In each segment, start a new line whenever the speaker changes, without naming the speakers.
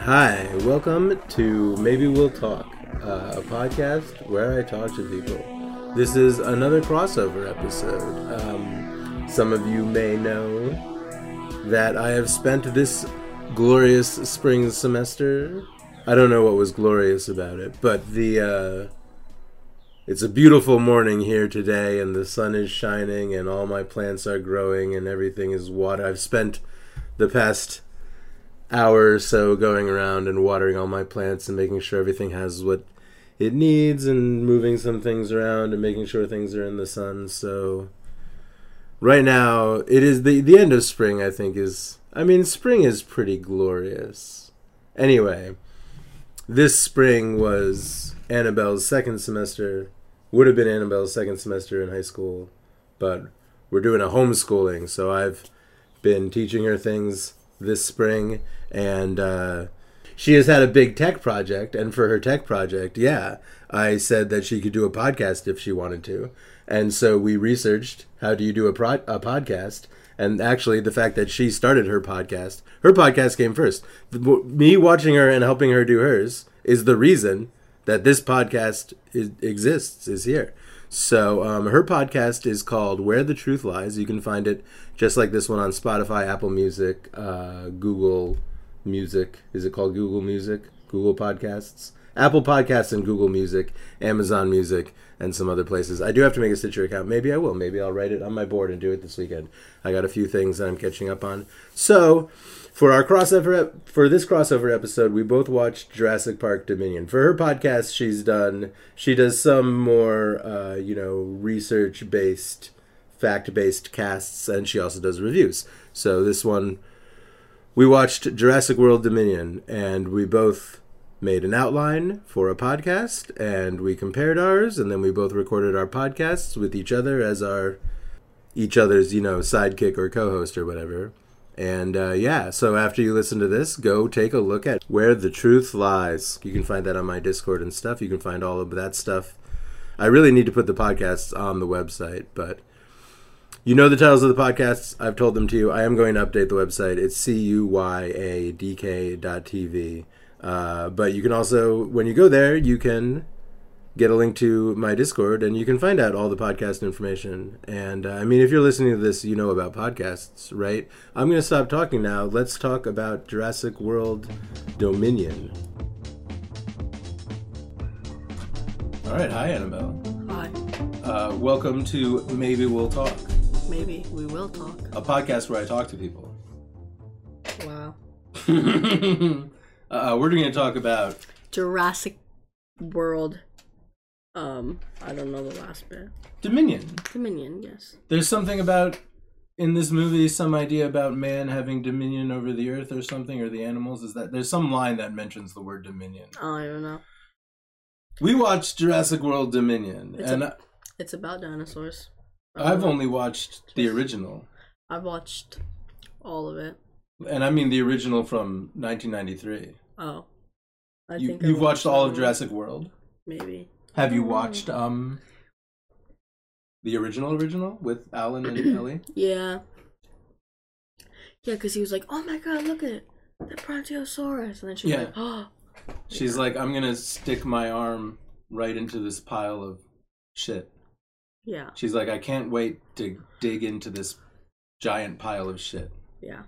Hi, welcome to Maybe We'll Talk, uh, a podcast where I talk to people. This is another crossover episode. Um, some of you may know that I have spent this glorious spring semester. I don't know what was glorious about it, but the uh, it's a beautiful morning here today, and the sun is shining, and all my plants are growing, and everything is water. I've spent the past hour or so going around and watering all my plants and making sure everything has what it needs and moving some things around and making sure things are in the sun. So right now it is the the end of spring, I think is I mean spring is pretty glorious. Anyway, this spring was Annabelle's second semester. Would have been Annabelle's second semester in high school, but we're doing a homeschooling, so I've been teaching her things this spring, and uh, she has had a big tech project. And for her tech project, yeah, I said that she could do a podcast if she wanted to, and so we researched how do you do a, pro- a podcast. And actually, the fact that she started her podcast, her podcast came first. The- w- me watching her and helping her do hers is the reason that this podcast is, exists is here. So um, her podcast is called Where the Truth Lies. You can find it just like this one on Spotify, Apple Music, uh, Google Music. Is it called Google Music? Google Podcasts, Apple Podcasts, and Google Music, Amazon Music, and some other places. I do have to make a Stitcher account. Maybe I will. Maybe I'll write it on my board and do it this weekend. I got a few things that I'm catching up on. So for our crossover ep- for this crossover episode we both watched jurassic park dominion for her podcast she's done she does some more uh, you know research based fact based casts and she also does reviews so this one we watched jurassic world dominion and we both made an outline for a podcast and we compared ours and then we both recorded our podcasts with each other as our each other's you know sidekick or co-host or whatever and uh, yeah so after you listen to this go take a look at where the truth lies you can find that on my discord and stuff you can find all of that stuff i really need to put the podcasts on the website but you know the titles of the podcasts i've told them to you i am going to update the website it's c-u-y-a-d-k dot tv uh, but you can also when you go there you can get a link to my Discord, and you can find out all the podcast information. And uh, I mean, if you're listening to this, you know about podcasts, right? I'm going to stop talking now. Let's talk about Jurassic World Dominion. All right. Hi, Annabelle.
Hi.
Uh, welcome to Maybe We'll Talk,
Maybe we will talk.
a podcast where I talk to people.
Wow.
uh, we're going to talk about
Jurassic World. Um, I don't know the last bit.
Dominion.
Dominion, yes.
There's something about in this movie, some idea about man having dominion over the earth or something, or the animals. Is that there's some line that mentions the word dominion?
Oh, I don't know.
We watched Jurassic World Dominion,
It's
and
a-
i
It's about dinosaurs. I
I've
don't know.
only watched the original,
I've watched all of it.
and I mean the original from 1993.
Oh. I
you,
I
you've watched all of
that one.
Jurassic World.
Maybe.
Have you watched um the original original with Alan and Ellie?
Yeah. Yeah, because he was like, oh my god, look at it. The Brontosaurus. And then she was
Yeah.
like, oh.
She's like, I'm gonna stick my arm right into this pile of shit.
Yeah.
She's like, I can't wait to dig into this giant pile of shit.
Yeah.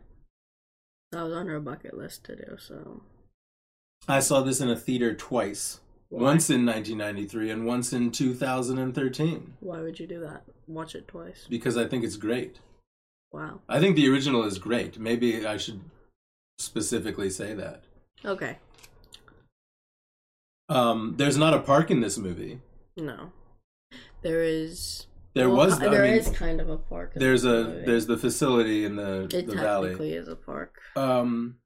That was on her bucket list to do, so.
I saw this in a theater twice. Once in 1993 and once in 2013
Why would you do that? Watch it twice.
because I think it's great.
Wow.
I think the original is great. Maybe I should specifically say that.
Okay.
Um, there's not a park in this movie.
No. There is.
There
well,
was,
ki-
I
there
mean,
is kind of a park. in
there's
this
a
movie.
there's the facility in the
It
the valley.
technically is a park.
Um,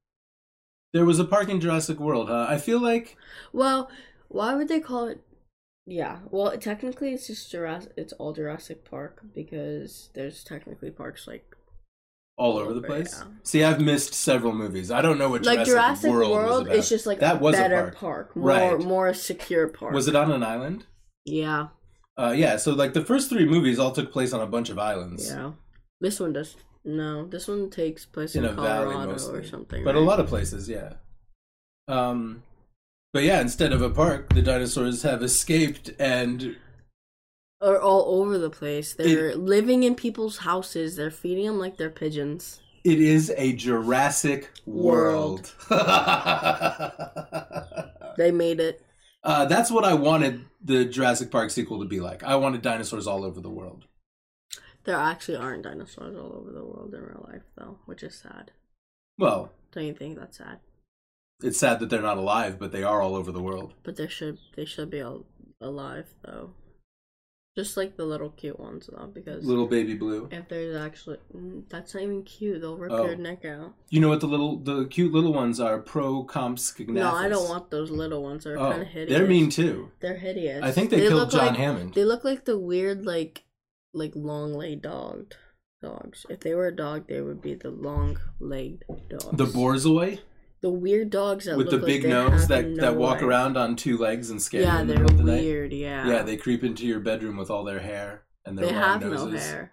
there was a park in Jurassic World. Huh? I feel like
Well, why would they call it? Yeah. Well, it- technically, it's just Jurassic. It's all Jurassic Park because there's technically parks like
all over the place.
Yeah.
See, I've missed several movies. I don't know what
like
Jurassic,
Jurassic
World,
World,
was about.
is just like
that
a
was
better
a park.
more
Right.
more secure park.
Was it on an island?
Yeah.
Uh, yeah. So like the first three movies all took place on a bunch of islands,
Yeah. This one does. No, this one takes place
in
in,
a valley
Colorado
mostly,
or something.
but a
right?
lot of places. Yeah. Um, but yeah, instead of a park, the dinosaurs have escaped and
Are all over the place. They're living in people's houses. They're feeding them like they're pigeons.
It is a Jurassic World.
World.
uh,
They made it.
that's what I wanted the Jurassic Park sequel to be like. I wanted dinosaurs all over the world.
There actually aren't dinosaurs all over the world in real life, though, which is sad.
Well,
Don't you think that's sad?
it's sad that they're not alive, but they are all over the world.
But they should they should be al- alive though, just like the little cute ones though, because
Little baby blue.
if there's actually mm, that's not even cute. They'll rip
Oh.
your neck out.
You know what the little, the cute little ones are? Pro
No, I don't want those little ones. They're kind
Oh,
of hideous.
they're mean too.
They're hideous.
I think they, killed
look
John
Like,
Hammond.
they look like the weird like like long legged dogged dogs. If they were a dog, they would be the long legged dogs.
the Borzoi
The weird dogs that
with the
look
big
like they
nose
have
that,
no
that walk
legs.
around on two legs and scare you
Yeah,
in the
they're
middle of the night.
weird. Yeah.
Yeah, they creep into your bedroom with all their hair and their
They
long
have
noses.
no hair.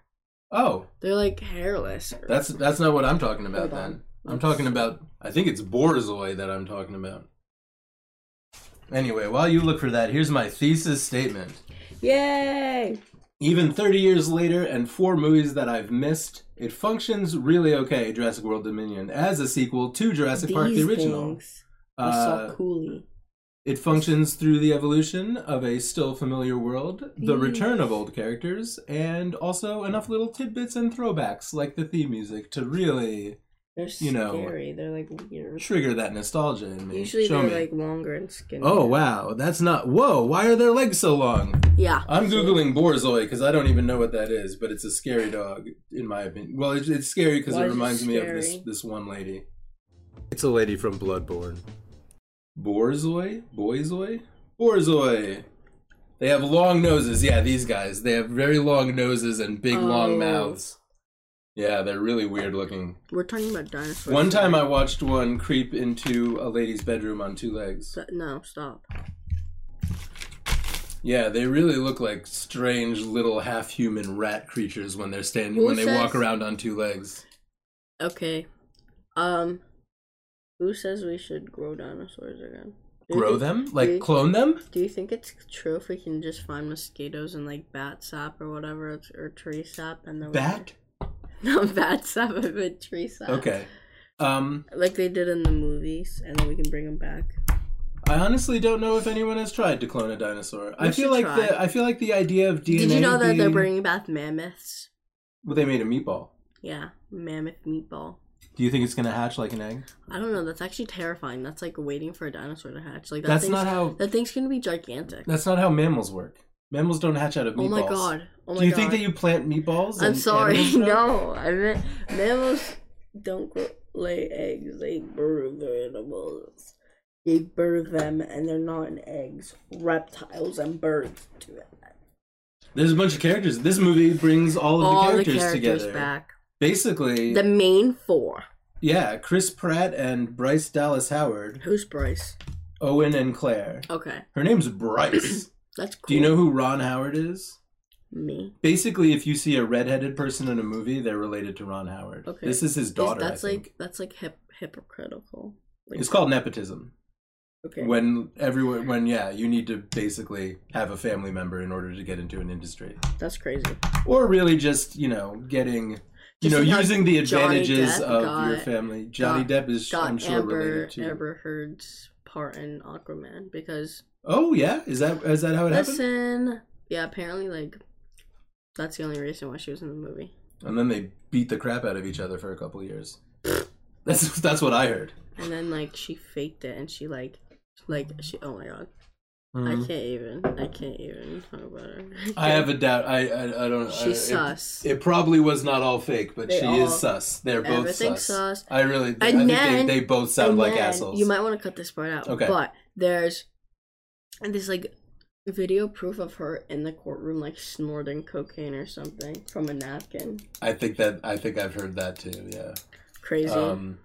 Oh,
They're like hairless.
that's that's not what I'm talking about
Hold
then.
on.
I'm talking about I think it's Borzoi that I'm talking about. Anyway, while you look for that, here's my thesis statement.
Yay!
Even 30 years later and four movies that I've missed, it functions really okay, Jurassic World Dominion, as a sequel to Jurassic Park the
These
original.
things are
Uh,
so coolly.
It functions through the evolution of a still familiar world, the
Yes.
return of old characters, and also enough little tidbits and throwbacks like the theme music to really
They're
you know,
scary. They're like weird.
trigger that nostalgia in me.
Usually
Show
they're
me.
like longer and skinnier.
oh wow, that's not. Whoa, why are their legs so long?
Yeah.
I'm
So-
googling Borzoi because I don't even know what that is, but it's a scary dog in my opinion. Well, it's, it's scary because
Why
it
is it
reminds me of this
scary?
this one lady. It's a lady from Bloodborne. Borzoi, Boizoi, Borzoi. They have long noses. Yeah, these guys. They have very long noses and big long
Oh.
mouths. Yeah, they're really weird looking.
We're talking about dinosaurs.
One
here.
time I watched one creep into a lady's bedroom on two legs.
So- no, stop.
Yeah, they really look like strange little half-human rat creatures when they're standing
Who
when they walk
says-
around on two legs.
Okay. Um. Who says we should grow dinosaurs again? Do you
Grow
think-
them? Like
you-
clone them?
Do you think it's true if we can just find mosquitoes and like bat sap or whatever, it's- or tree sap, and then we-
Bat?
No, bat sap, I meant tree sap.
Okay. Um,
Like they did in the movies, and then we can bring them back.
I honestly don't know if anyone has tried to clone a dinosaur. I
We
feel
should
like
try.
the I feel like the idea of DNA.
Did you know that they're
being-
bringing back mammoths?
Well, they made a meatball.
Yeah, mammoth meatball.
Do you think it's gonna hatch like an egg?
I don't know. That's actually terrifying. That's like waiting for a dinosaur to hatch. Like that
that's
thing's,
not how.
that thing's gonna be gigantic.
That's not how mammals work. Mammals don't hatch out of meatballs.
Oh my god. Oh my
Do you
god.
think that you plant meatballs?
I'm
and
sorry.
animals grow?
No, I meant mammals don't grow, lay eggs. They birth their animals. They birth them, and they're not in eggs. Reptiles and birds do it.
There's a bunch of characters. This movie brings all of
All
the
the
characters,
characters
together.
back.
Basically,
The main four.
Yeah, Chris Pratt and Bryce Dallas Howard,
Who's Bryce?
Owen and Claire.
Okay,
Her name's Bryce.
that's cool.
Do you know who Ron Howard is?
me?
Basically, if you see a redheaded person in a movie, they're related to Ron Howard.
Okay.
This is his
Is-
daughter.
That's
I think.
like that's like hip, hypocritical. Like,
it's called nepotism.
okay.
When everyone, when yeah, you need to basically have a family member in order to get into an industry,
that's crazy.
or really just you know getting. You
Just
know,
like how
using the
Johnny
advantages
Depp
of your
got-
family. Johnny Depp is,
Got
I'm sure,
Amber
related to.
Amber Heard's part in Aquaman because
Oh yeah, is that is that how it happened?
Listen. Yeah, apparently, like, that's the only reason why she was in the movie.
And then they beat the crap out of each other for a couple of years. That's that's what I heard.
And then, like, she faked it, and she, like, like, she, oh my god. I can't even, I can't even talk about her.
Hmm. I have a doubt. I I, I don't. I-
She's sus.
It, it probably was not all fake, but
They
she
all-
is sus. They're both
everything's
sus.
sus.
I really. I
And
think
then-
they, they both sound
And
like
then-
assholes.
You might want to cut this part out.
Okay.
But there's this, like, video proof of her in the courtroom, like, snorting cocaine or something from a napkin.
I think that I think I've heard that too. Yeah.
Crazy.
Um,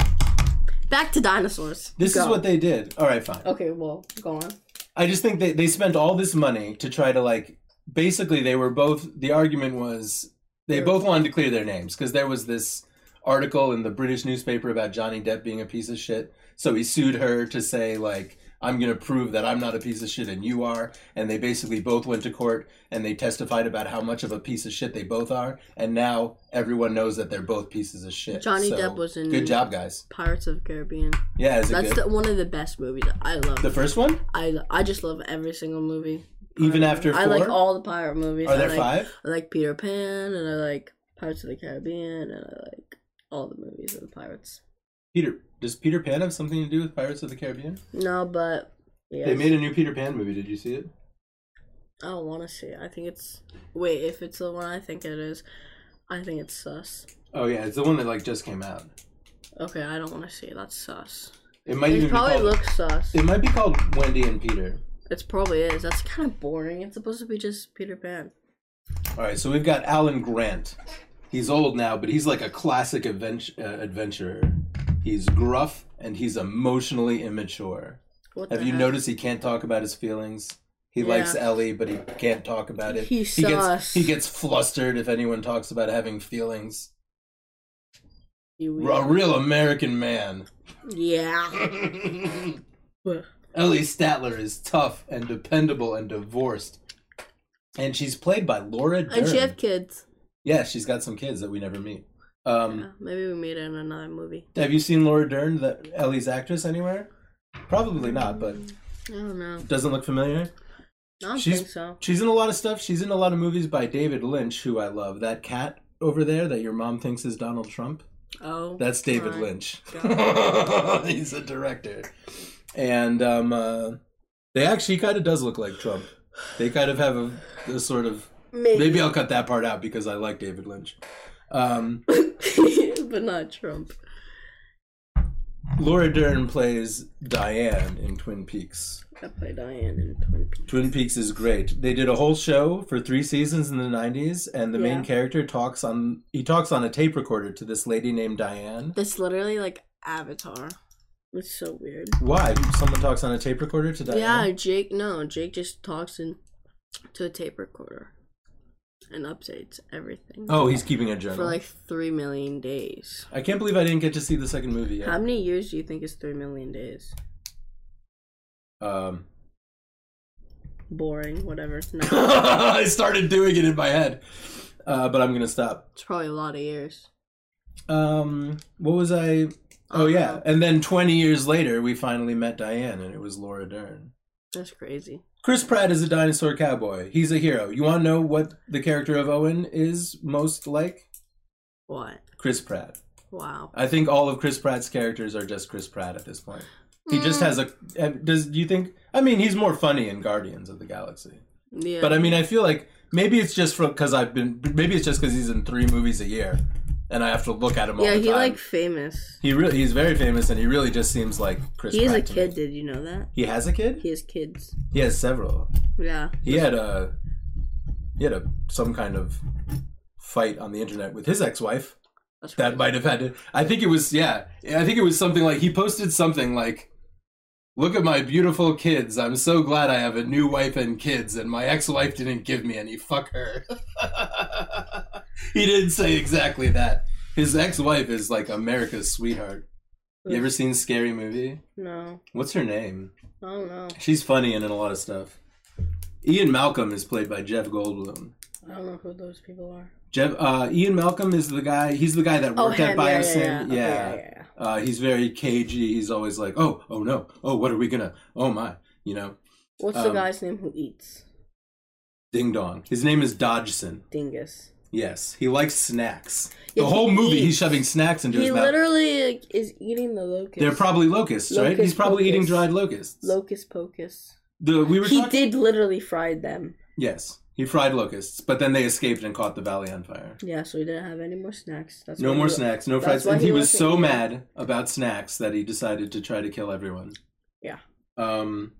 Back to dinosaurs.
this is
Go.
what they did. All right, fine.
Okay, well, go on.
I just think they, they spent all this money to try to like basically they were both the argument was they
Yeah.
both wanted to clear their names because there was this article in the British newspaper about Johnny Depp being a piece of shit. So he sued her to say like I'm going to prove that I'm not a piece of shit and you are. And they basically both went to court and they testified about how much of a piece of shit they both are. And now everyone knows that they're both pieces of shit.
Johnny
So,
Depp was in-
Good job, guys.
Pirates of the Caribbean.
Yeah, is it
That's
good?
the, one of the best movies. I love.
The, first one?
I I just love every single movie.
Even
Pirate
after
movie. I like
four?
all the pirate movies.
Are there
I like,
five?
I like Peter Pan, and I like Pirates of the Caribbean, and I like all the movies of the pirates.
Peter. Does Peter Pan have something to do with Pirates of the Caribbean?
No, but yes.
They made a new Peter Pan movie. Did you see it?
I don't want to see it. I think it's wait. If it's the one I think it is, I think it's sus.
Oh yeah, it's the one that like just came out.
Okay, I don't want to see it. That's sus.
It might
It
even be
probably
called.
looks sus.
it might be called Wendy and Peter.
It's probably is. That's kind of boring. It's supposed to be just Peter Pan.
All right, so we've got Alan Grant. He's old now, but he's like a classic advent- uh, adventurer. He's gruff and he's emotionally immature.
What
Have
the
you
heck?
noticed he can't talk about his feelings? He
Uh-huh. Yeah.
likes Ellie, but he can't talk about it.
He
gets
sus.
he gets flustered if anyone talks about having feelings.
You weird.
A real American man.
Yeah. What?
Ellie Statler is tough and dependable and divorced. And she's played by Laura Dern.
And she have kids.
yeah, she's got some kids that we never meet. Um,
Yeah, maybe we made it in another movie.
Have you seen Laura Dern, the Ellie's actress, anywhere?
Mm.
Probably not, but
I don't know.
doesn't look familiar.
I don't
She's-
think so.
She's in a lot of stuff. She's in a lot of movies by David Lynch, who I love. That cat over there that your mom thinks is Donald Trump,
Oh.
that's David
my
Lynch.
God.
He's a director. And um, uh, they actually kind of does look like Trump. They kind of have a, a sort of. Maybe I'll cut that part out because I like David Lynch. Um,
but not Trump.
Laura Dern plays Diane in Twin Peaks.
I play Diane in Twin Peaks.
Twin Peaks is great. They did a whole show for three seasons in the '90s, and the main
Yeah.
character talks on he talks on a tape recorder to this lady named Diane.
That's literally like Avatar. It's so weird.
Why? Someone talks on a tape recorder to Diane.
Yeah, Jake. No, Jake just talks in to a tape recorder and updates everything
Oh, he's keeping a
for
journal.
like three million days.
I can't believe I didn't get to see the second movie yet.
How many years do you think is three million days?
um,
Boring. Whatever. No,
I started doing it in my head, uh, but I'm gonna stop.
it's probably a lot of years.
Um, what was I? Oh yeah, and then 20 years later, we finally met Diane, and it was Laura Dern.
That's crazy.
Chris Pratt is a dinosaur cowboy. He's a hero. You want to know what the character of Owen is most like?
What?
Chris Pratt.
Wow.
I think all of Chris Pratt's characters are just Chris Pratt at this point. He just
Mm,
has a. uh, Does do you think? I mean, he's more funny in Guardians of the Galaxy.
Yeah.
But I mean, I feel like maybe it's just because I've been. Maybe it's just because he's in three movies a year, and I have to look at him all
yeah,
the time.
he like famous.
He really he's very famous, and he really just seems like Chris.
He is a
Pratt to me.
kid. Did you know that?
He has a kid.
He has kids.
He has several.
Yeah.
he had a he had a some kind of fight on the internet with his ex-wife
That's
that might have had to i think it was yeah i think it was something like he posted something like look at my beautiful kids i'm so glad i have a new wife and kids and my ex-wife didn't give me any fuck her he didn't say exactly that his ex-wife is like america's sweetheart you ever seen scary movie
No.
what's her name
I don't know.
she's funny and in a lot of stuff ian malcolm is played by jeff goldblum
I don't know who those people are.
Jeff, uh, Ian Malcolm is the guy. He's the guy that
Oh,
worked
him.
at
yeah,
Biosyn.
yeah, yeah. Okay, yeah, yeah, yeah.
Uh, he's very cagey. He's always like, "Oh, oh no, oh what are we gonna? Oh my, you know,
What's
Um,
the guy's name who eats?
ding dong." His name is Dodgson.
Dingus.
Yes, he likes snacks.
Yeah,
the
he
whole movie, he's
eats.
shoving snacks into
He
his mouth.
literally like, is eating the locust.
They're probably locusts, right?
Locust
He's probably eating
pocus.
dried locusts.
locust pocus.
the we were
He
talking-
did literally fried them.
Yes, he fried locusts, but then they escaped and caught the valley on fire.
Yeah, so we didn't have any more snacks. That's
No
why
more
he-
snacks, no
that's
fries.
why
And he,
he
was
wasn't
so
eating.
mad about snacks that he decided to try to kill everyone.
Yeah.
Um,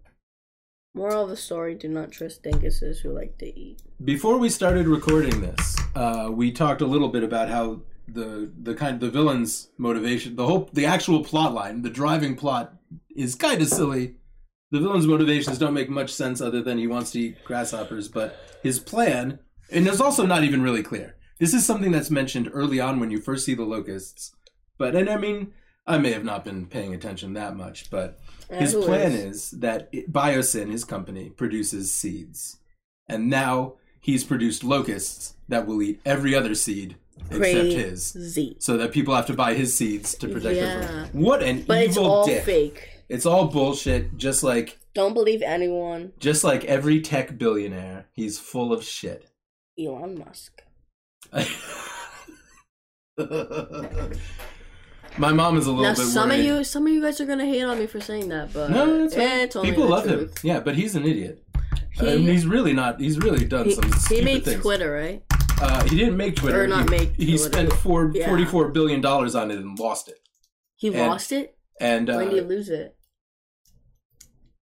Moral of the story: Do not trust dinguses who like to eat.
before we started recording this, uh, we talked a little bit about how the the kind the villain's motivation, the whole the actual plot line, the driving plot is kind of silly. The villain's motivations don't make much sense other than he wants to eat grasshoppers, but his plan and it's also not even really clear. This is something that's mentioned early on when you first see the locusts. But and I mean, I may have not been paying attention that much, but his
Who
plan
is?
is that it, Biosyn, his company, produces seeds, and now he's produced locusts that will eat every other seed except his,
Z.
so that people have to buy his seeds to protect their
Yeah.
them. What an
But it's
evil
all
dick!
fake.
It's all bullshit. Just like
Don't believe anyone.
just like every tech billionaire, he's full of shit.
Elon Musk.
My mom is a little
Now,
bit
some
worried.
of you, some of you guys are gonna hate on me for saying that, but
no, no, it's fine.
eh, it's only
people
the
love him.
truth.
Yeah, but he's an idiot.
He-
and he's really not. He's really done
He,
some
he
stupid
made
things.
Twitter, right?
Uh, he didn't make Twitter.
Or not
he,
make
He
Twitter.
spent four,
Yeah.
forty-four billion dollars on it and lost it.
He
And-
lost it.
And
when do you
uh,
lose it?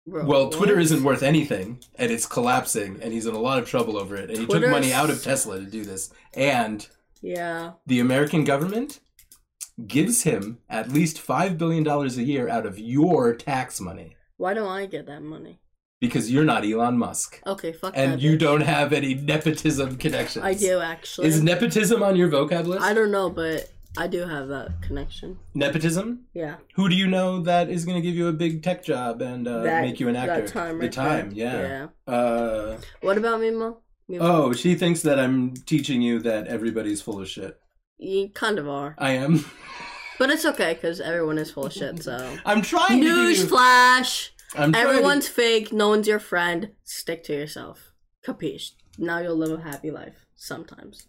Bro,
well,
what?
Twitter isn't worth anything, and it's collapsing, and he's in a lot of trouble over it. And he
Twitter
took money
is-
out of Tesla to do this, and
Yeah,
the American government gives him at least $5 billion a year out of your tax money
why don't I get that money?
because you're not Elon Musk
Okay, fuck that.
and you
bitch.
don't have any nepotism connections.
I do actually.
Is nepotism on your vocab list?
I don't know, but I do have that connection.
nepotism?
Yeah.
Who do you know that is going to give you a big tech job and uh,
that,
make you an actor?
That time,
the
right
time,
there.
yeah. Uh,
What about me, Mom? Me, Mom?
oh, she thinks that I'm teaching you that everybody's full of shit.
You kind of are,
I am.
but it's okay because everyone is full of shit. So
I'm trying to.
news
give you-
flash.
I'm trying to-
Everyone's fake. No one's your friend. Stick to yourself. Capiche? Now you'll live a happy life. Sometimes.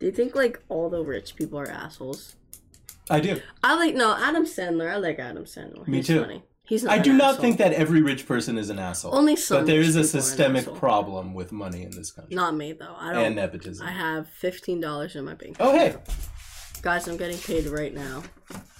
Do you think like all the rich people are assholes?
I do.
I like no Adam Sandler. I like Adam Sandler.
Me
He's
too.
Funny. He's not.
I
an
do not
asshole.
think that every rich person is an asshole.
Only some.
But there is a
people are an
systemic
asshole.
problem with money in this country
Not me though. I
and
don't.
nepotism.
I have fifteen dollars in my bank.
oh, hey,
Guys, I'm getting paid right now.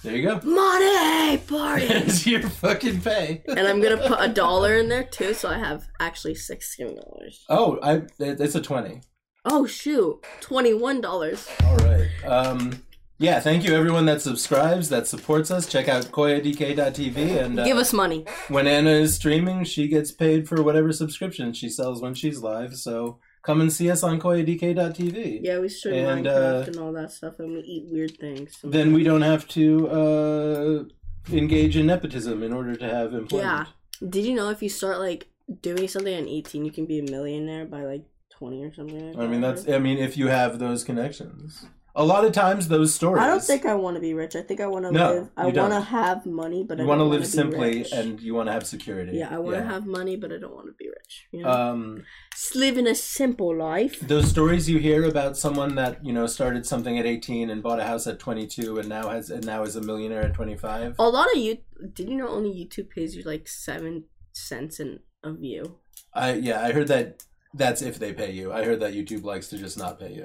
there you go.
Money party.
There's your fucking pay.
and I'm gonna put a dollar in there too, so I have actually sixteen dollars.
Oh, I it- it's a twenty.
Oh shoot, twenty-one dollars.
All right. Um, yeah. Thank you, everyone that subscribes, that supports us. Check out koyadk.tv, and
Give
uh,
us money.
when Anna is streaming, she gets paid for whatever subscription she sells when she's live. So come and see us on koyadk.tv.
Yeah, we stream
And,
Minecraft
uh,
and all that stuff, and we eat weird things.
Then we don't have to uh, engage in nepotism in order to have employment.
Yeah. Did you know if you start like doing something at eighteen, you can be a millionaire by like twenty or something? Like
I mean, that's.
It.
I mean, if you have those connections, a lot of times those stories.
I don't think I want to be rich. I think I want to
No,
live. I
you don't.
want to have money, but
you
I
want
want
to live simply and you want to have security.
yeah, I want to have money, but I don't want to be rich. You know,
Um,
Just living a simple life.
those stories you hear about someone that you know started something at 18 and bought a house at 22 and now has and now is a millionaire at 25.
A lot of you. Did you know only YouTube pays you like seven cents in a view?
I yeah, I heard that. That's if they pay you. I heard that YouTube likes to just not pay you.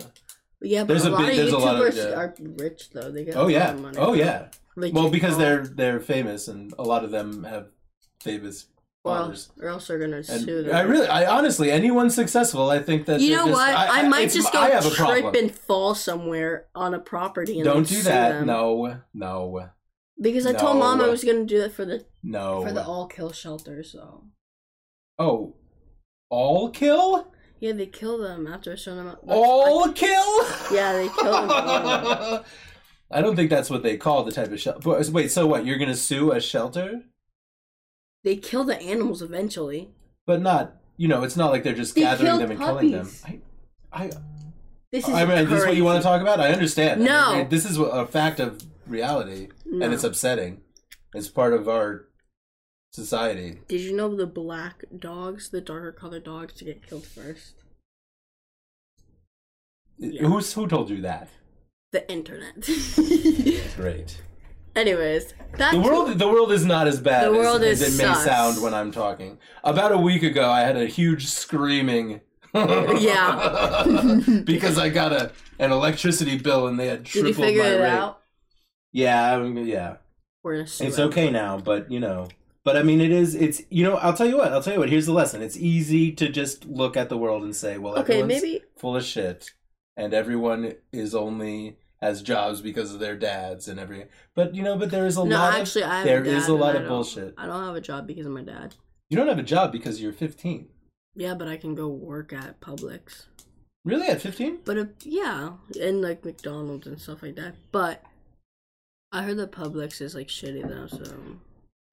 Yeah, but
There's a
a, lot
big- there's a
of
lot of-
YouTubers
yeah.
are rich though. They get
Oh
a
yeah.
lot of money.
Oh yeah.
Like,
Well, because
TikTok,
they're they're famous and a lot of them have famous
or
fathers.
else, Oh, or else they're gonna
And
sue them.
I really, I honestly, anyone successful, I think that
you
they're
know
just-
what? I, might
it's-
just go
I have a
trip
problem.
and fall somewhere on a property and
Don't
like,
do
sue
that.
them.
No, no,
Because I told mom I
No.
was gonna do that for the
no.
for the all kill shelter. So
oh, all kill,
yeah, they kill them after a certain amount. that's-
all kill.
Yeah, they kill them all.
I don't think that's what they call the type of shelter. Wait, so what? You're gonna sue a shelter,
they kill the animals eventually.
but not. You know, it's not like they're just
They
gathering
killed
them and
puppies.
killing them. I, I,
This is
I mean, this is what you want to
crazy.
talk about? I understand. I
No.
mean, this is a fact of reality,
No.
and it's upsetting. It's part of our society.
Did you know the black dogs, the darker colored dogs, to get killed first? Yeah.
Who's who told you that?
The internet.
Great.
Anyways, that's
The world, the world is not as bad
The
as-
world
as,
is
it may
sucks.
sound when I'm talking. About a week ago, I had a huge screaming.
Yeah.
because I got a an electricity bill and they had
Did you
tripled
figure
my
it
rate.
out?
Yeah, I mean, yeah.
We're gonna sue
It's
them.
okay now, but you know. But I mean, it is. It's you know. I'll tell you what. I'll tell you what. Here's the lesson. It's easy to just look at the world and say, "Well,
Okay,
everyone's
maybe
full of shit, and everyone is only has jobs because of their dads and every." But you know, but there is a
no.
lot.
Actually, I
of,
have
there
a dad
is a lot
and I
of
don't-
bullshit.
I don't have a job because of my dad.
You don't have a job because you're 15.
Yeah, but I can go work at Publix.
Really, at 15?
But if, yeah, and like McDonald's and stuff like that. But I heard that Publix is like shitty now, so.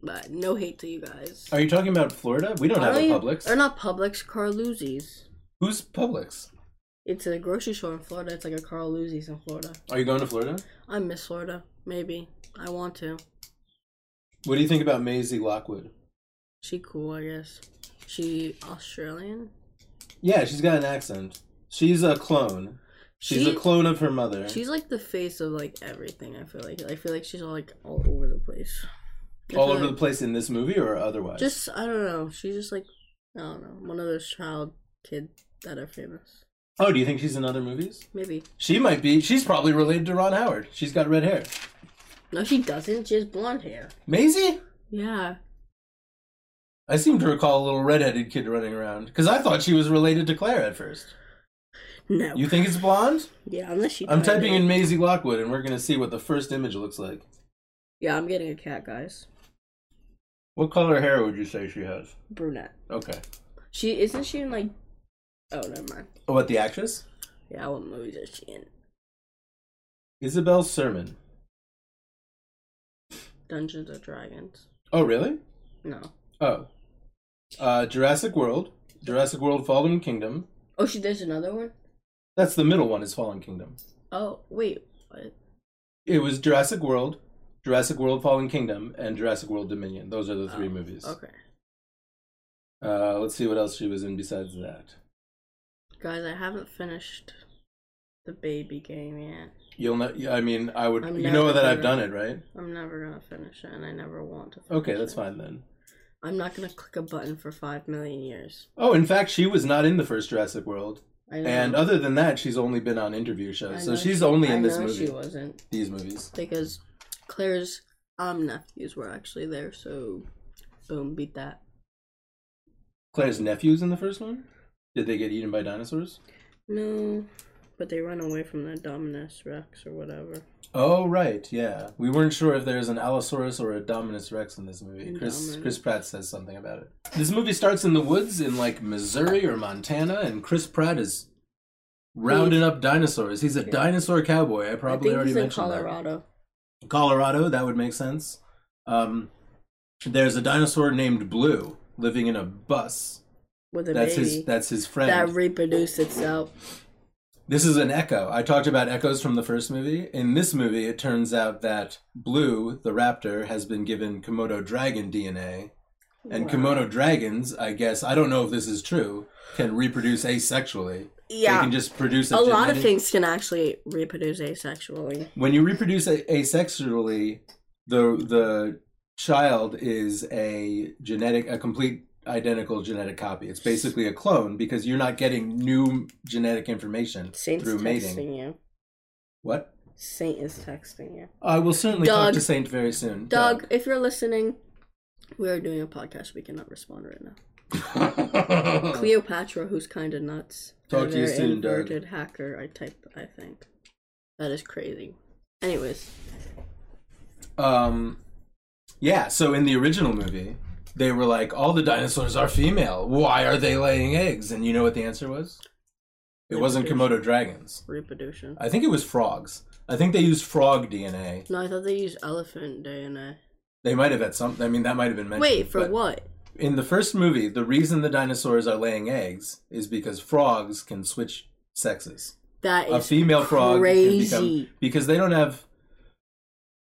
But no hate to you guys.
Are you talking about Florida? We don't have a
Probably-
Publix.
Or not Publix, Carluzzi's.
Who's Publix?
It's a grocery store in Florida. It's like a Carluzzi's in Florida.
Are you going to Florida?
I miss Florida. Maybe. I want to.
What do you think about Maisie Lockwood?
She cool, I guess. She Australian?
Yeah, she's got an accent. She's a clone. She's
She-
a clone of her mother.
She's like the face of like everything. I feel like I feel like she's all like all over the place. I
all
feel
over
like-
the place in this movie or otherwise.
Just I don't know. She's just like I don't know. One of those child kid that are famous.
oh, do you think she's in other movies?
Maybe
She might be. She's probably related to Ron Howard. She's got red hair.
no, she doesn't. She has blonde hair.
Maisie?
Yeah,
I seem to recall a little redheaded kid running around because I thought she was related to Claire at first.
no.
You think it's blonde?
yeah, unless she.
I'm
dyed
typing
it.
in Maisie Lockwood and we're going to see what the first image looks like.
Yeah, I'm getting a cat, guys.
What color hair would you say she has?
Brunette.
Okay.
She isn't she in like. Oh never mind.
Oh, what, the actress?
Yeah, what movies is she in?
Isabel Sermon.
Dungeons and Dragons.
Oh, really?
No.
Oh. Uh, Jurassic World. Jurassic World Fallen Kingdom.
Oh, she there's another one.
That's the middle one, is Fallen Kingdom.
Oh wait, what?
It was Jurassic World, Jurassic World Fallen Kingdom, and Jurassic World Dominion. Those are the three
Oh,
movies.
Okay,
Uh, let's see what else she was in besides that.
guys, I haven't finished the baby game yet.
You'll know. I mean, I would.
I'm
you
never
know that
gonna-
I've done it, right?
I'm never gonna finish it, and I never want to. Finish
Okay, that's
it.
fine then.
I'm not gonna click a button for five million years.
Oh, in fact, she was not in the first Jurassic World,
I know.
and other than that, she's only been on interview shows.
I
So
know
she's
she-
only
I
in this
know
movie.
she wasn't
These movies.
because Claire's um nephews were actually there. So, boom, beat that.
Claire's nephews in the first one. Did they get eaten by dinosaurs?
No, but they run away from the Dominus Rex or whatever.
Oh right, yeah. We weren't sure if there's an Allosaurus or a Dominus Rex in this movie. Chris
Dominus.
Chris Pratt says something about it. This movie starts in the woods in like Missouri or Montana, and Chris Pratt is rounding up dinosaurs. He's a dinosaur cowboy. I probably
I think
already
he's in
mentioned that.
Colorado.
Colorado, that would make sense. Um, there's a dinosaur named Blue living in a bus.
With a
that's
baby
his that's his friend.
that reproduced itself.
This is an echo. I talked about echoes from the first movie. In this movie, it turns out that Blue, the raptor, has been given Komodo dragon DNA. And
Wow.
Komodo dragons, I guess, I don't know if this is true, can reproduce asexually. They
Yeah,
can just produce
a lot of
genetic-
things can actually reproduce asexually.
When you reproduce a- asexually, the the child is a genetic, a complete identical genetic copy. It's basically a clone because you're not getting new genetic information
Saint's
through
texting
mating.
you.
What?
Saint is texting you.
I will certainly talk
Doug.
to Saint very soon.
Doug, if you're listening, we are doing a podcast. We cannot respond right now.
Doug.
Cleopatra, who's kind of nuts.
Oh. Talk
a
to you
very
soon, Doug.
inverted hacker. I type. I think that is crazy. Anyways,
um, yeah. So in the original movie, they were like, "All the dinosaurs are female. Why are they laying eggs?" And you know what the answer was? It wasn't Komodo dragons.
reproduction.
I think it was frogs. I think they used frog DNA.
No, I thought they used elephant DNA.
They might have had some. I mean, that might have been mentioned.
Wait for
but
what?
In the first movie, the reason the dinosaurs are laying eggs is because frogs can switch sexes.
That is
a female frog can
crazy.
become because they don't have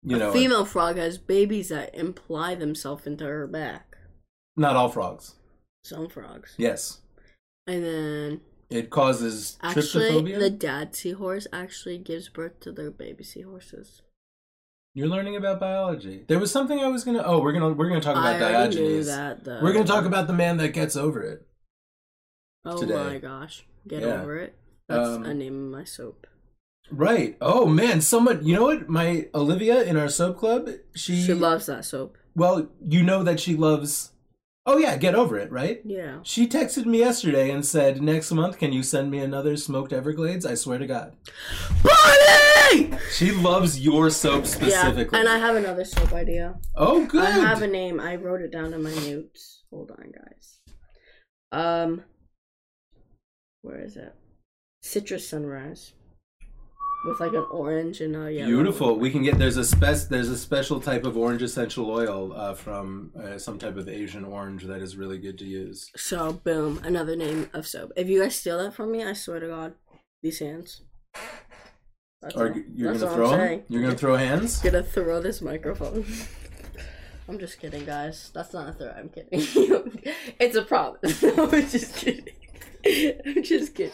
you know
a female frog has babies that imply themselves into her back.
not all frogs
Some frogs,
yes
and then
it causes
actually,
tryptophobia
the dad seahorse actually gives birth to their baby seahorses.
you're learning about biology there was something i was gonna oh we're gonna we're gonna talk about
I already knew
diogenes
that, though.
we're gonna talk about the man that gets over it
Oh
today.
my gosh, get
Yeah.
over it. That's
Um,
the name of my soap.
right oh man someone you know what my olivia in our soap club she,
She loves that soap.
well you know that she loves oh yeah get over it right
Yeah,
She texted me yesterday and said, "Next month, can you send me another smoked Everglades?" I swear to God,
Bonnie.
she loves your soap
Yeah,
specifically.
and I have another soap idea.
oh, good.
I have a name. I wrote it down in my notes. Hold on, guys. Um, where is it? Citrus sunrise. with like an orange and a yellow.
Beautiful. We can get there's a spec there's a special type of orange essential oil uh, from uh, some type of Asian orange that is really good to use.
So boom, another name of soap. If you guys steal that from me, I swear to God, these hands. That's
Or
all.
you're
That's
gonna
all
throw
I'm
'em?
saying.
You're gonna throw hands.
gonna throw this microphone. I'm just kidding, guys. That's not a threat. I'm kidding. it's a promise. No, I'm just kidding. I'm just kidding.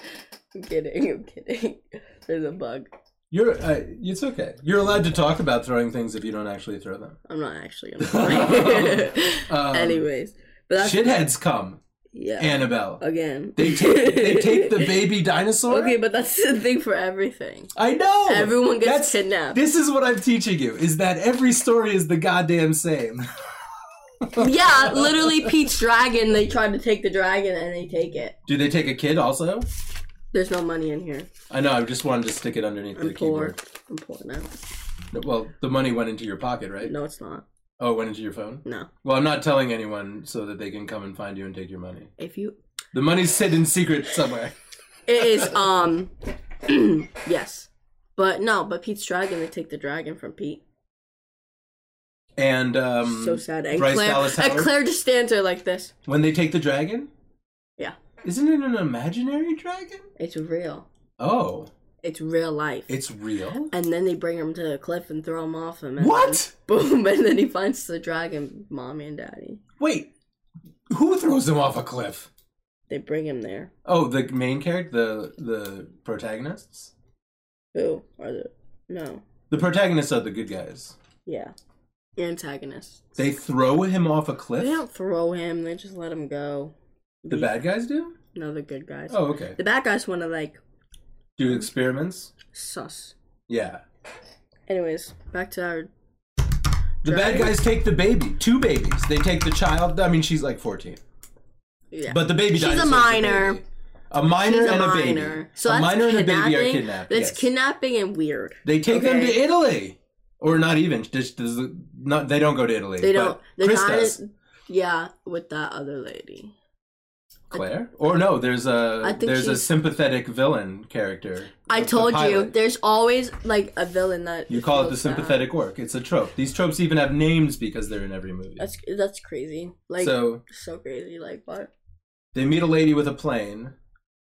I'm kidding. I'm kidding. There's a bug.
You're uh, it's okay. You're allowed to talk about throwing things if you don't actually throw them.
I'm not actually gonna. play.
Um,
Anyways, but that's
shitheads come,
yeah.
Annabelle.
again,
They take they take the baby dinosaur.
Okay, but that's the thing for everything.
I know.
Everyone gets
That's-
kidnapped.
This is what I'm teaching you: is that every story is the goddamn same.
yeah, literally, Pete's dragon. They tried to take the dragon and they take it.
Do they take a kid also?
There's no money in here.
I know. I just wanted to stick it underneath
I'm
the
poor. I'm poor now.
keyboard. Well, the money went into your pocket, right?
No, it's not.
Oh, it went into your phone.
No.
Well, I'm not telling anyone so that they can come and find you and take your money.
If you
The money's sit in secret somewhere.
It is um yes. But no, but Pete's dragon, they take the dragon from Pete.
And um,
so sad. And
Bryce
Claire
Dallas
and
Howard?
Claire just stands there like this.
when they take the dragon,
Yeah.
isn't it an imaginary dragon?
It's real.
Oh,
It's real life.
it's real.
and then they bring him to the cliff and throw him off him. And
What?
Boom, and then he finds the dragon mommy and daddy.
Wait, who throws him off a cliff?
They bring him there.
Oh, the main character, the the protagonists.
Who are the no.
The protagonists are the good guys.
Yeah. Antagonists.
They throw him off a cliff.
They don't throw him, they just let him go.
The bad guys do.
No, the good guys.
Oh, okay.
The bad guys wanna like
Do experiments.
sus.
Yeah.
Anyways, back to our
The bad
Dragon.
guys take the baby. Two babies. They take the child. I mean, she's like fourteen,
yeah.
but the baby.
She's a
dinosaur's
minor.
baby. A minor
She's
and a baby.
So
a
that's
minor and a
kidnapping.
baby are kidnapped.
That's
yes.
kidnapping and weird.
They take them to
Okay.
Italy, or not even. Just, just not. They don't go to Italy.
They
but
don't. The
Chris
guy
does.
is yeah, with that other lady.
Claire? Or no, there's a
I think
there's a
she's-
sympathetic villain character.
I
The- the
told you,
pilot.
there's always like a villain that
You call it the
feels bad.
sympathetic work. It's a trope. These tropes even have names because they're in every movie.
That's that's crazy. Like so,
so
crazy. Like what?
they meet a lady with a plane.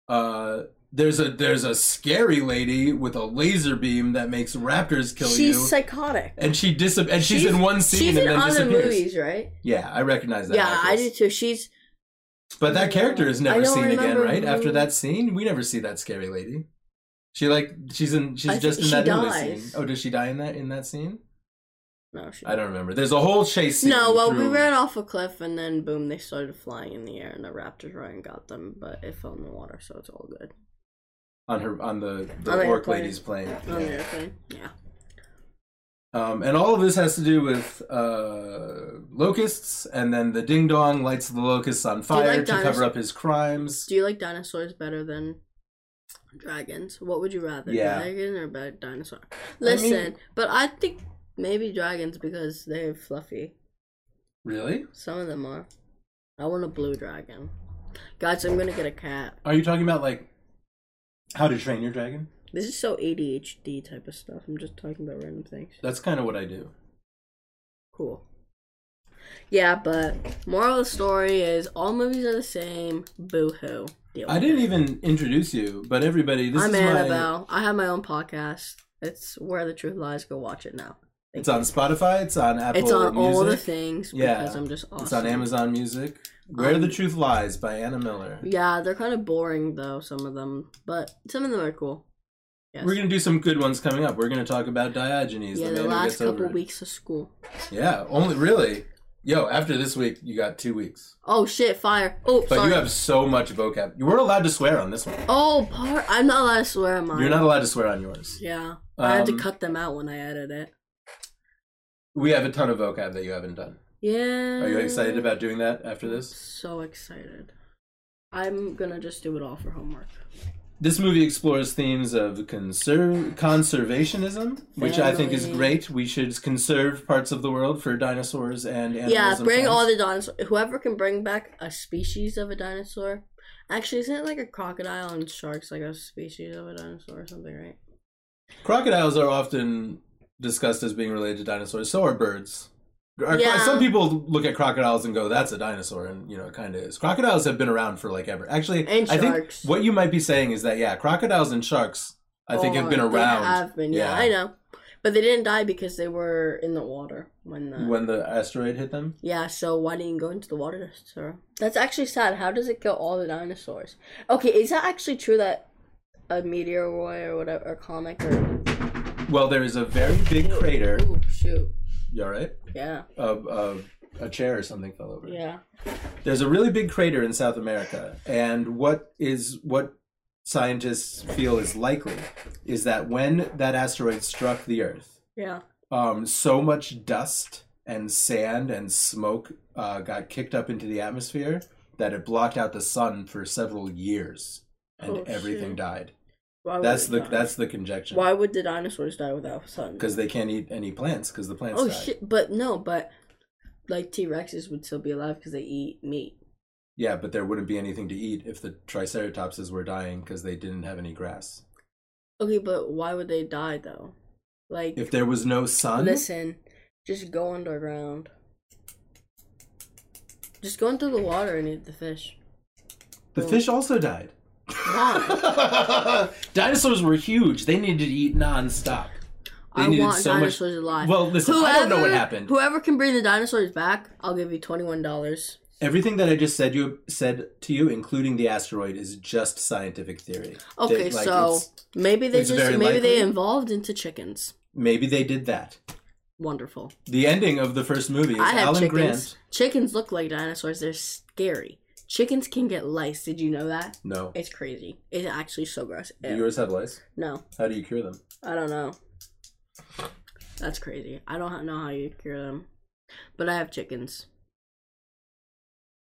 Uh, there's a there's a scary lady with a laser beam that makes raptors kill
she's
you.
psychotic.
and she dis- and she's, in one scene
She's
and
in
then
other
disappears.
movies, right?
Yeah, I recognize that.
Yeah, I
actress.
do too. She's
But that character is
I
never
don't
seen again,
remember
right?
who-
After that scene, we never see that scary lady. She like she's in she's
I think
just in
she
that Italy
dies.
scene. Oh, does she die in that in that scene?
no, she.
I don't remember. There's a whole chase scene.
No, well, we
through-
ran off a cliff and then boom, they started flying in the air and the raptors ran and got them, but it fell in the water, so it's all good.
on her on the, the
On the
orc
airplane.
lady's plane.
On the airplane. Yeah.
Um, and all of this has to do with uh, locusts, and then the ding dong lights the locusts on
you like
fire to cover
dinosaur-
up his crimes.
Do you like dinosaurs better than dragons? What would you rather,
Yeah.
dragon or better dinosaur? Listen, but I think maybe dragons because they're fluffy.
Really?
Some of them are. I want a blue dragon. Guys, I'm gonna get a cat.
Are you talking about like how to train your dragon?
This is so ADHD type of stuff. I'm just talking about random things.
That's kind of what I do.
Cool. Yeah, but moral of the story is all movies are the same. Boo hoo. Deal
I
with
didn't
it.
even introduce you, but everybody, this
I'm
is my.
Annabelle. I have my own podcast. It's where the truth lies. Go watch it now.
It's on Spotify. It's on Apple.
it's on
Music.
all the things
Yeah.
because I'm just awesome.
It's on Amazon Music. Where
Um,
the Truth Lies by Anna Miller.
Yeah, they're kind of boring though. Some of them, but some of them are cool. Yes.
We're gonna do some good ones coming up. We're gonna talk about Diogenes.
yeah,
the,
the
man who
last
gets
couple
over it.
weeks of school.
Yeah, only really. Yo, after this week, you got two weeks.
Oh shit! Fire! Oh,
But
sorry.
you have so much vocab. You were allowed to swear on this one.
oh, par- I'm not allowed to swear on mine.
You're not allowed to swear on yours.
Yeah, I had to
Um,
cut them out when I edit it.
We have a ton of vocab that you haven't done.
Yeah.
Are you excited about doing that after this?
So excited. I'm gonna just do it all for homework.
This movie explores themes of conserv- conservationism, which I think is
Family.
great. We should conserve parts of the world for dinosaurs and animals.
Yeah,
and
bring
plants.
all the dinosaurs. Whoever can bring back a species of a dinosaur. Actually, isn't it like a crocodile and sharks like a species of a dinosaur or something, right?
Crocodiles are often discussed as being related to dinosaurs. So are birds. Are-
Yeah.
Some people look at crocodiles and go, "That's a dinosaur," and you know, it kind of is. Crocodiles have been around for like ever. Actually,
And
I think
sharks.
what you might be saying is that yeah, crocodiles and sharks, I think, have been
Or Oh, They
around
have been,
Yeah.
yeah, I know. But they didn't die because they were in the water when the
when the asteroid hit them.
yeah. So why didn't you go into the water, sir? That's actually sad. How does it kill all the dinosaurs? Okay, is that actually true that a meteoroid or whatever, or comic or
Well, there is a very big crater.
Ooh, shoot,
You all right?
yeah,
A, a, a chair or something fell over.
yeah.
There's a really big crater in South America, and what is what scientists feel is likely is that when that asteroid struck the Earth,
Yeah.
um, so much dust and sand and smoke uh, got kicked up into the atmosphere that it blocked out the sun for several years, and
Oh,
everything
shit.
died.
Why would
That's
it
the
die?
that's the conjecture.
why would the dinosaurs die without sun?
Because they can't eat any plants because the plants
Oh
died.
shit! But no, but like T Rexes would still be alive because they eat meat.
Yeah, but there wouldn't be anything to eat if the triceratopses were dying because they didn't have any grass.
Okay, but why would they die though? Like,
If there was no sun,
listen, just go underground. Just go into the water and eat the fish.
the fish also died.
Why?
Dinosaurs were huge. They needed to eat nonstop. They
I
needed
want
so much-
dinosaurs alive.
Well, listen, I don't know what happened.
Whoever can bring the dinosaurs back, I'll give you twenty one dollars.
Everything that I just said you said to you, including the asteroid, is just scientific theory.
Okay,
They- like,
so
it's-
maybe they
it's
just
very
maybe they
likely.
evolved into chickens.
maybe they did that.
Wonderful.
The ending of the first movie is
I have
Alan
chickens.
Grant.
Chickens look like dinosaurs. They're scary. Chickens can get lice. Did you know that?
No,
It's crazy. It's actually so gross.
Do
Ew.
yours have lice.
No,
How do you cure them?
I don't know. That's crazy. I don't know how you cure them, but I have chickens.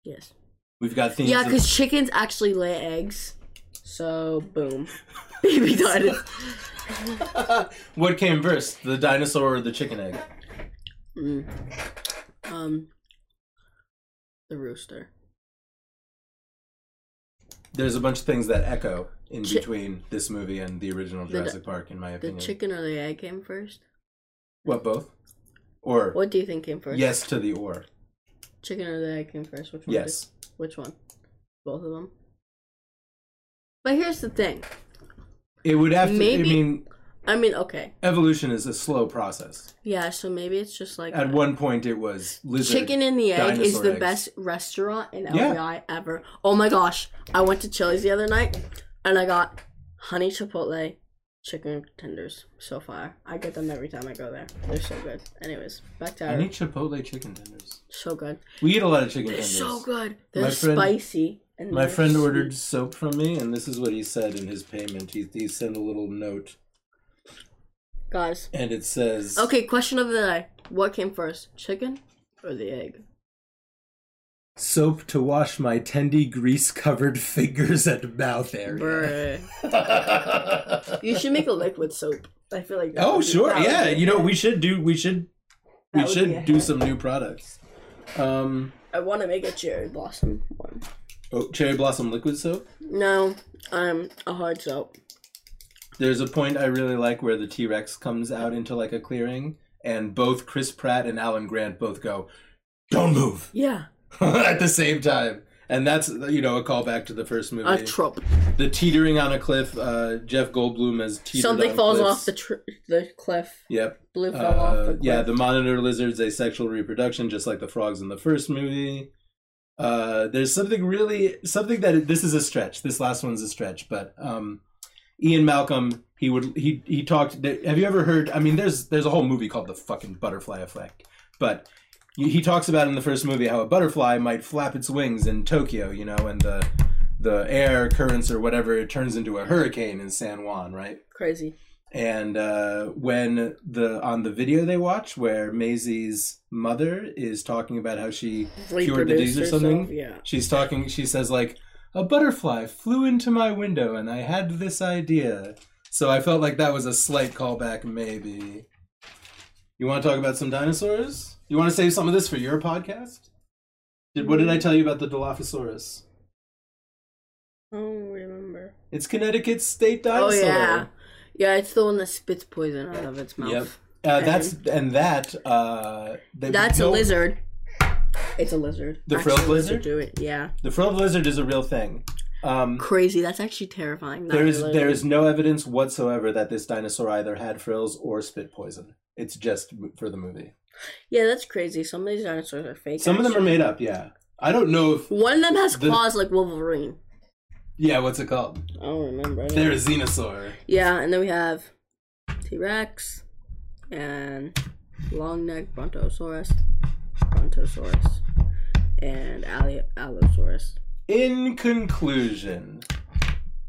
Yes.
We've got themes.
Yeah,
of-
because chickens actually lay eggs. So boom, baby dinosaur.
what came first, the dinosaur or the chicken egg?
Mm. Um, the rooster.
There's a bunch of things that echo in
Chi-
between this movie and the original
The-
Jurassic Park, in my
The
opinion.
chicken or the egg came first.
what both? Or
What do you think came first?
yes to the or.
Chicken or the egg came first. Which one? did-
Yes.
Which one? Both of them. But here's the thing.
It would have to.
Maybe-
I mean,
I mean, okay,
evolution is a slow process.
yeah. So maybe it's just like
At one point, it was lizard.
chicken and the egg is
dinosaur
the
eggs.
best restaurant in
Yeah.
LBI ever. Oh my gosh, I went to Chili's the other night and I got honey chipotle chicken tenders. So far, I get them every time I go there. They're so good. Anyways, back to
I
our
need Chipotle chicken tenders.
so good.
We eat a lot of chicken
They're
tenders.
so good. They're
My friend-
spicy. And
My
they're
friend
sweet.
ordered soap from me, and this is what he said in his payment. He, he sent a little note,
guys.
and it says,
Okay, question of the day: What came first, chicken or the egg?
soap to wash my tendy grease covered fingers and mouth area.
Bruh. You should make a liquid soap. I feel like. that
oh
would be-
sure,
that would
yeah.
be-
You know we should do we should we
That would be a
should do some new products. Um,
I want to make a cherry blossom one.
oh, cherry blossom liquid soap.
No, um, a hard soap.
There's a point I really like where the T Rex comes out into like a clearing, and both Chris Pratt and Alan Grant both go, "Don't move."
Yeah,
at the same time. And that's you know a callback to the first movie,
a trope.
the teetering on a cliff. Uh, Jeff Goldblum as teetered
Something
on
falls
cliffs.
off the tr- the cliff.
Yep.
Blue fell off the
Uh,
cliff.
yeah, the monitor lizard's asexual reproduction, just like the frogs in the first movie. Uh, there's something really something that this is a stretch. This last one's a stretch, but um, Ian Malcolm he would he he talked. Have you ever heard? I mean, there's there's a whole movie called the fucking butterfly effect, but he he talks about in the first movie how a butterfly might flap its wings in Tokyo, you know, and the the air currents or whatever it turns into a hurricane in San Juan, right?
crazy.
and uh, when the on the video they watch where Maisie's mother is talking about how she cured the disease or
Reproduce
something,
herself, Yeah.
she's talking. She says like a butterfly flew into my window and I had this idea. So I felt like that was a slight callback, maybe. You want to talk about some dinosaurs? You want to save some of this for your podcast? Did, what did
Hmm.
I tell you about the Dilophosaurus?
I don't remember.
It's Connecticut's state
Oh
dinosaur.
yeah, Yeah, it's the one that spits poison out of its mouth.
Yep. Uh, that's and that uh, they
That's a
built-
lizard. It's a lizard.
The frilled
Actually,
lizard?
lizards Do it. Yeah.
The frilled lizard is a real thing. Um,
Crazy. That's actually terrifying. that
there is
lizard.
there is no evidence whatsoever that this dinosaur either had frills or spit poison. It's just m- for the movie.
Yeah, that's crazy. Some of these dinosaurs are fake.
Some of them are
actually.
made up. Yeah, I don't know if
One of them has
The-
claws like Wolverine.
yeah. What's it called?
I don't remember.
They're a xenosaur.
Yeah, and then we have T Rex and long neck Brontosaurus, Brontosaurus, and Ali- Allosaurus.
In conclusion,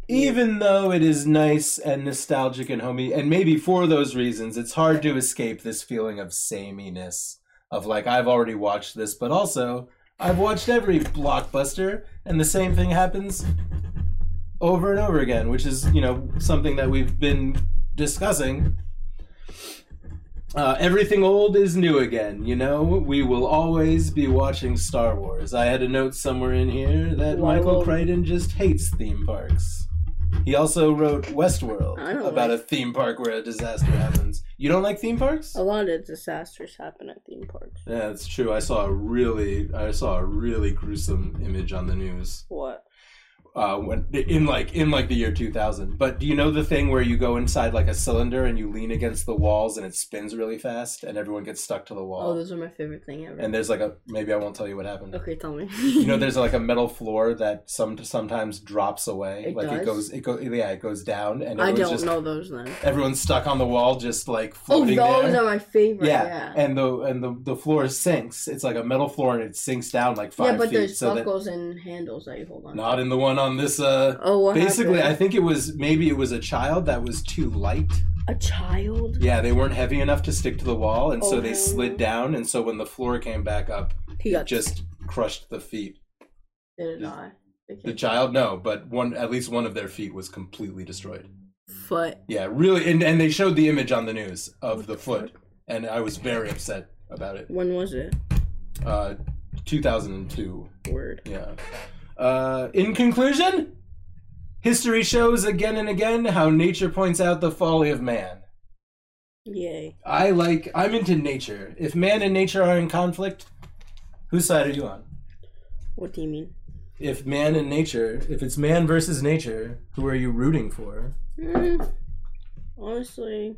even though it is nice and nostalgic and homey, and maybe for those reasons, it's hard to escape this feeling of sameness of like, I've already watched this, but also I've watched every blockbuster, and the same thing happens over and over again, which is, you know, something that we've been discussing. Uh, everything old is new again, you know? We will always be watching Star Wars. I had a note somewhere in here that
Why
Michael
will-
Crichton just hates theme parks. He also wrote Westworld
I don't
about
like- Oh.
a theme park where a disaster happens. You don't like theme parks?
A lot of disasters happen at theme parks.
Yeah, that's true. I saw a really, I saw a really gruesome image on the news
What?
uh, when in like in like the year 2000. But do you know the thing where you go inside like a cylinder and you lean against the walls and it spins really fast and everyone gets stuck to the
Oh,
wall?
those are my favorite thing ever.
and there's like a maybe I won't tell you what happened.
okay, tell me.
You know, there's like a metal floor that some sometimes drops away.
It
like it
does?
goes, it goes, yeah, it goes down, and
I
everyone's
don't
just
know those then.
everyone's stuck on the wall, just like
Oh,
floating
those
there.
are my favorite.
yeah.
Yeah.
and the and the, the floor sinks. It's like a metal floor, and it sinks down like five
yeah, but
feet.
there's
so that
buckles and handles that you hold on. to.
not in the one on this. Uh,
oh, what
basically, I
happened?
think it was maybe it was a child that was too light.
a child.
Yeah, they weren't heavy enough to stick to the wall, and so
Oh,
they
hell
slid
no.
down. And so when the floor came back up,
He got
just crushed the feet.
did it die?
The child, no, but one at least one of their feet was completely destroyed.
foot.
Yeah, really, and and they showed the image on the news of the foot, and I was very upset about it.
When was it?
Uh, 2002.
Word.
Yeah. Uh, in conclusion, history shows again and again how nature points out the folly of man.
Yay.
I like. I'm into nature. If man and nature are in conflict, whose side are you on?
What do you mean?
If man and nature, if it's man versus nature, who are you rooting for?
Mm, honestly,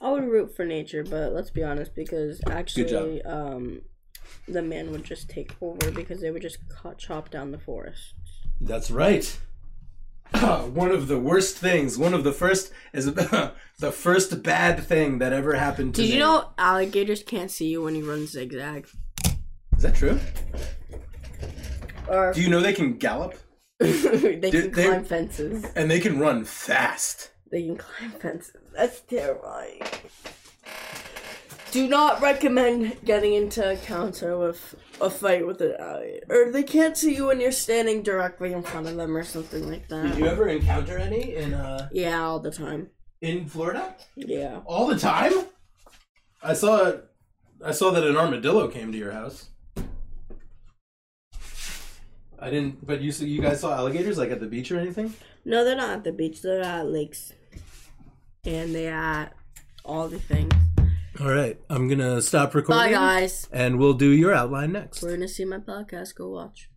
I would root for nature, but let's be honest, because actually, um, the man would just take over because they would just cut, chop down the forest.
That's right. one of the worst things, one of the first, is the first bad thing that ever happened to
Did you
me.
know alligators can't see you when you run zigzag?
Is that true?
Or
Do you know they can gallop
they
do-
can
they-
climb fences.
and they can run fast?
They can climb fences. That's terrifying. Do not recommend getting into a counter with a fight with an alligator. Or they can't see you when you're standing directly in front of them or something like
Did
that.
you ever encounter any in uh,
Yeah, all the time.
in Florida?
Yeah.
All the time? I saw I saw that an armadillo came to your house. I didn't but you s- you guys saw alligators like at the beach or anything?
No, they're not at the beach. They're at lakes. And they're at all the things.
All right, I'm going to stop
Bye,
recording
guys.
and we'll do your outline next.
We're going to see my podcast. Go watch.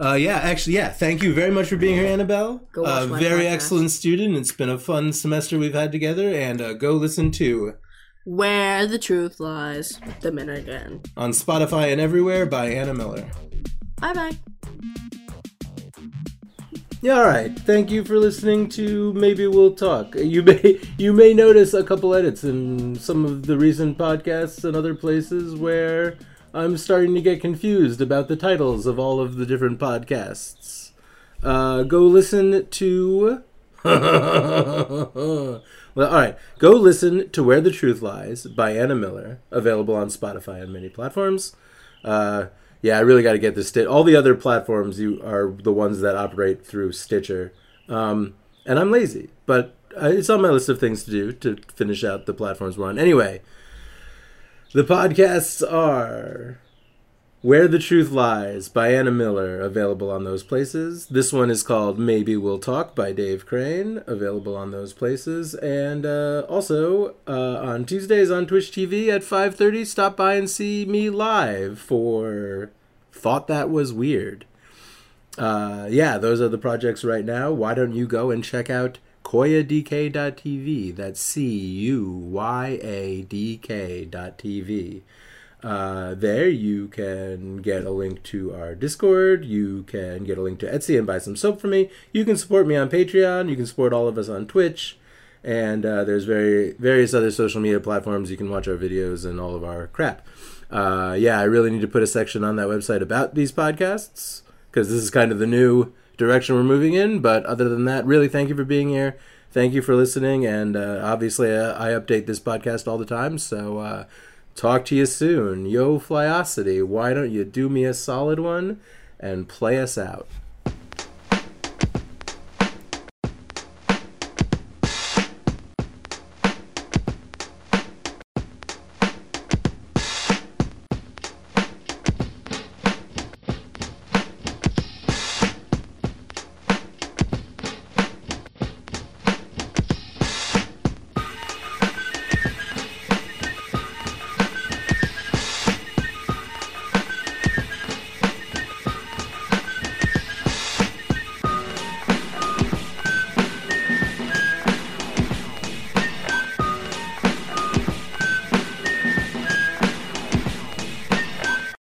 Uh, yeah, actually, yeah. Thank you very much for being here, Annabelle.
Go watch
uh,
my
very
podcast.
excellent student. It's been a fun semester we've had together, and uh, go listen to
Where the truth lies. The minute again.
on Spotify and everywhere by Anna Miller.
Bye bye.
Yeah, all right. Thank you for listening to Maybe We'll Talk. You may you may notice a couple edits in some of the recent podcasts and other places where I'm starting to get confused about the titles of all of the different podcasts. Uh, go listen to. well, all right. Go listen to Where the Truth Lies by Anna Miller, available on Spotify and many platforms. Uh, yeah, I really got to get this. Sti- All the other platforms you are the ones that operate through Stitcher, um, and I'm lazy, but uh, it's on my list of things to do to finish out the platforms we're on. Anyway, the podcasts are Where the Truth Lies by Anna Miller, available on those places. This one is called Maybe We'll Talk by Dave Crane, available on those places. And uh, also uh, on Tuesdays on Twitch TV at 5.30, stop by and see me live for Thought That Was Weird. Uh, yeah, those are the projects right now. Why don't you go and check out koyadk.tv. That's C-U-Y-A-D-K dot TV. Uh, there you can get a link to our Discord. You can get a link to Etsy and buy some soap from me. You can support me on Patreon. You can support all of us on Twitch. And uh, there's very various other social media platforms you can watch our videos and all of our crap. Uh, yeah, I really need to put a section on that website about these podcasts because this is kind of the new direction we're moving in. But other than that, really, thank you for being here. Thank you for listening. And uh, obviously, uh, I update this podcast all the time. So uh, talk to you soon. Yo, Flyosity, why don't you do me a solid one and play us out?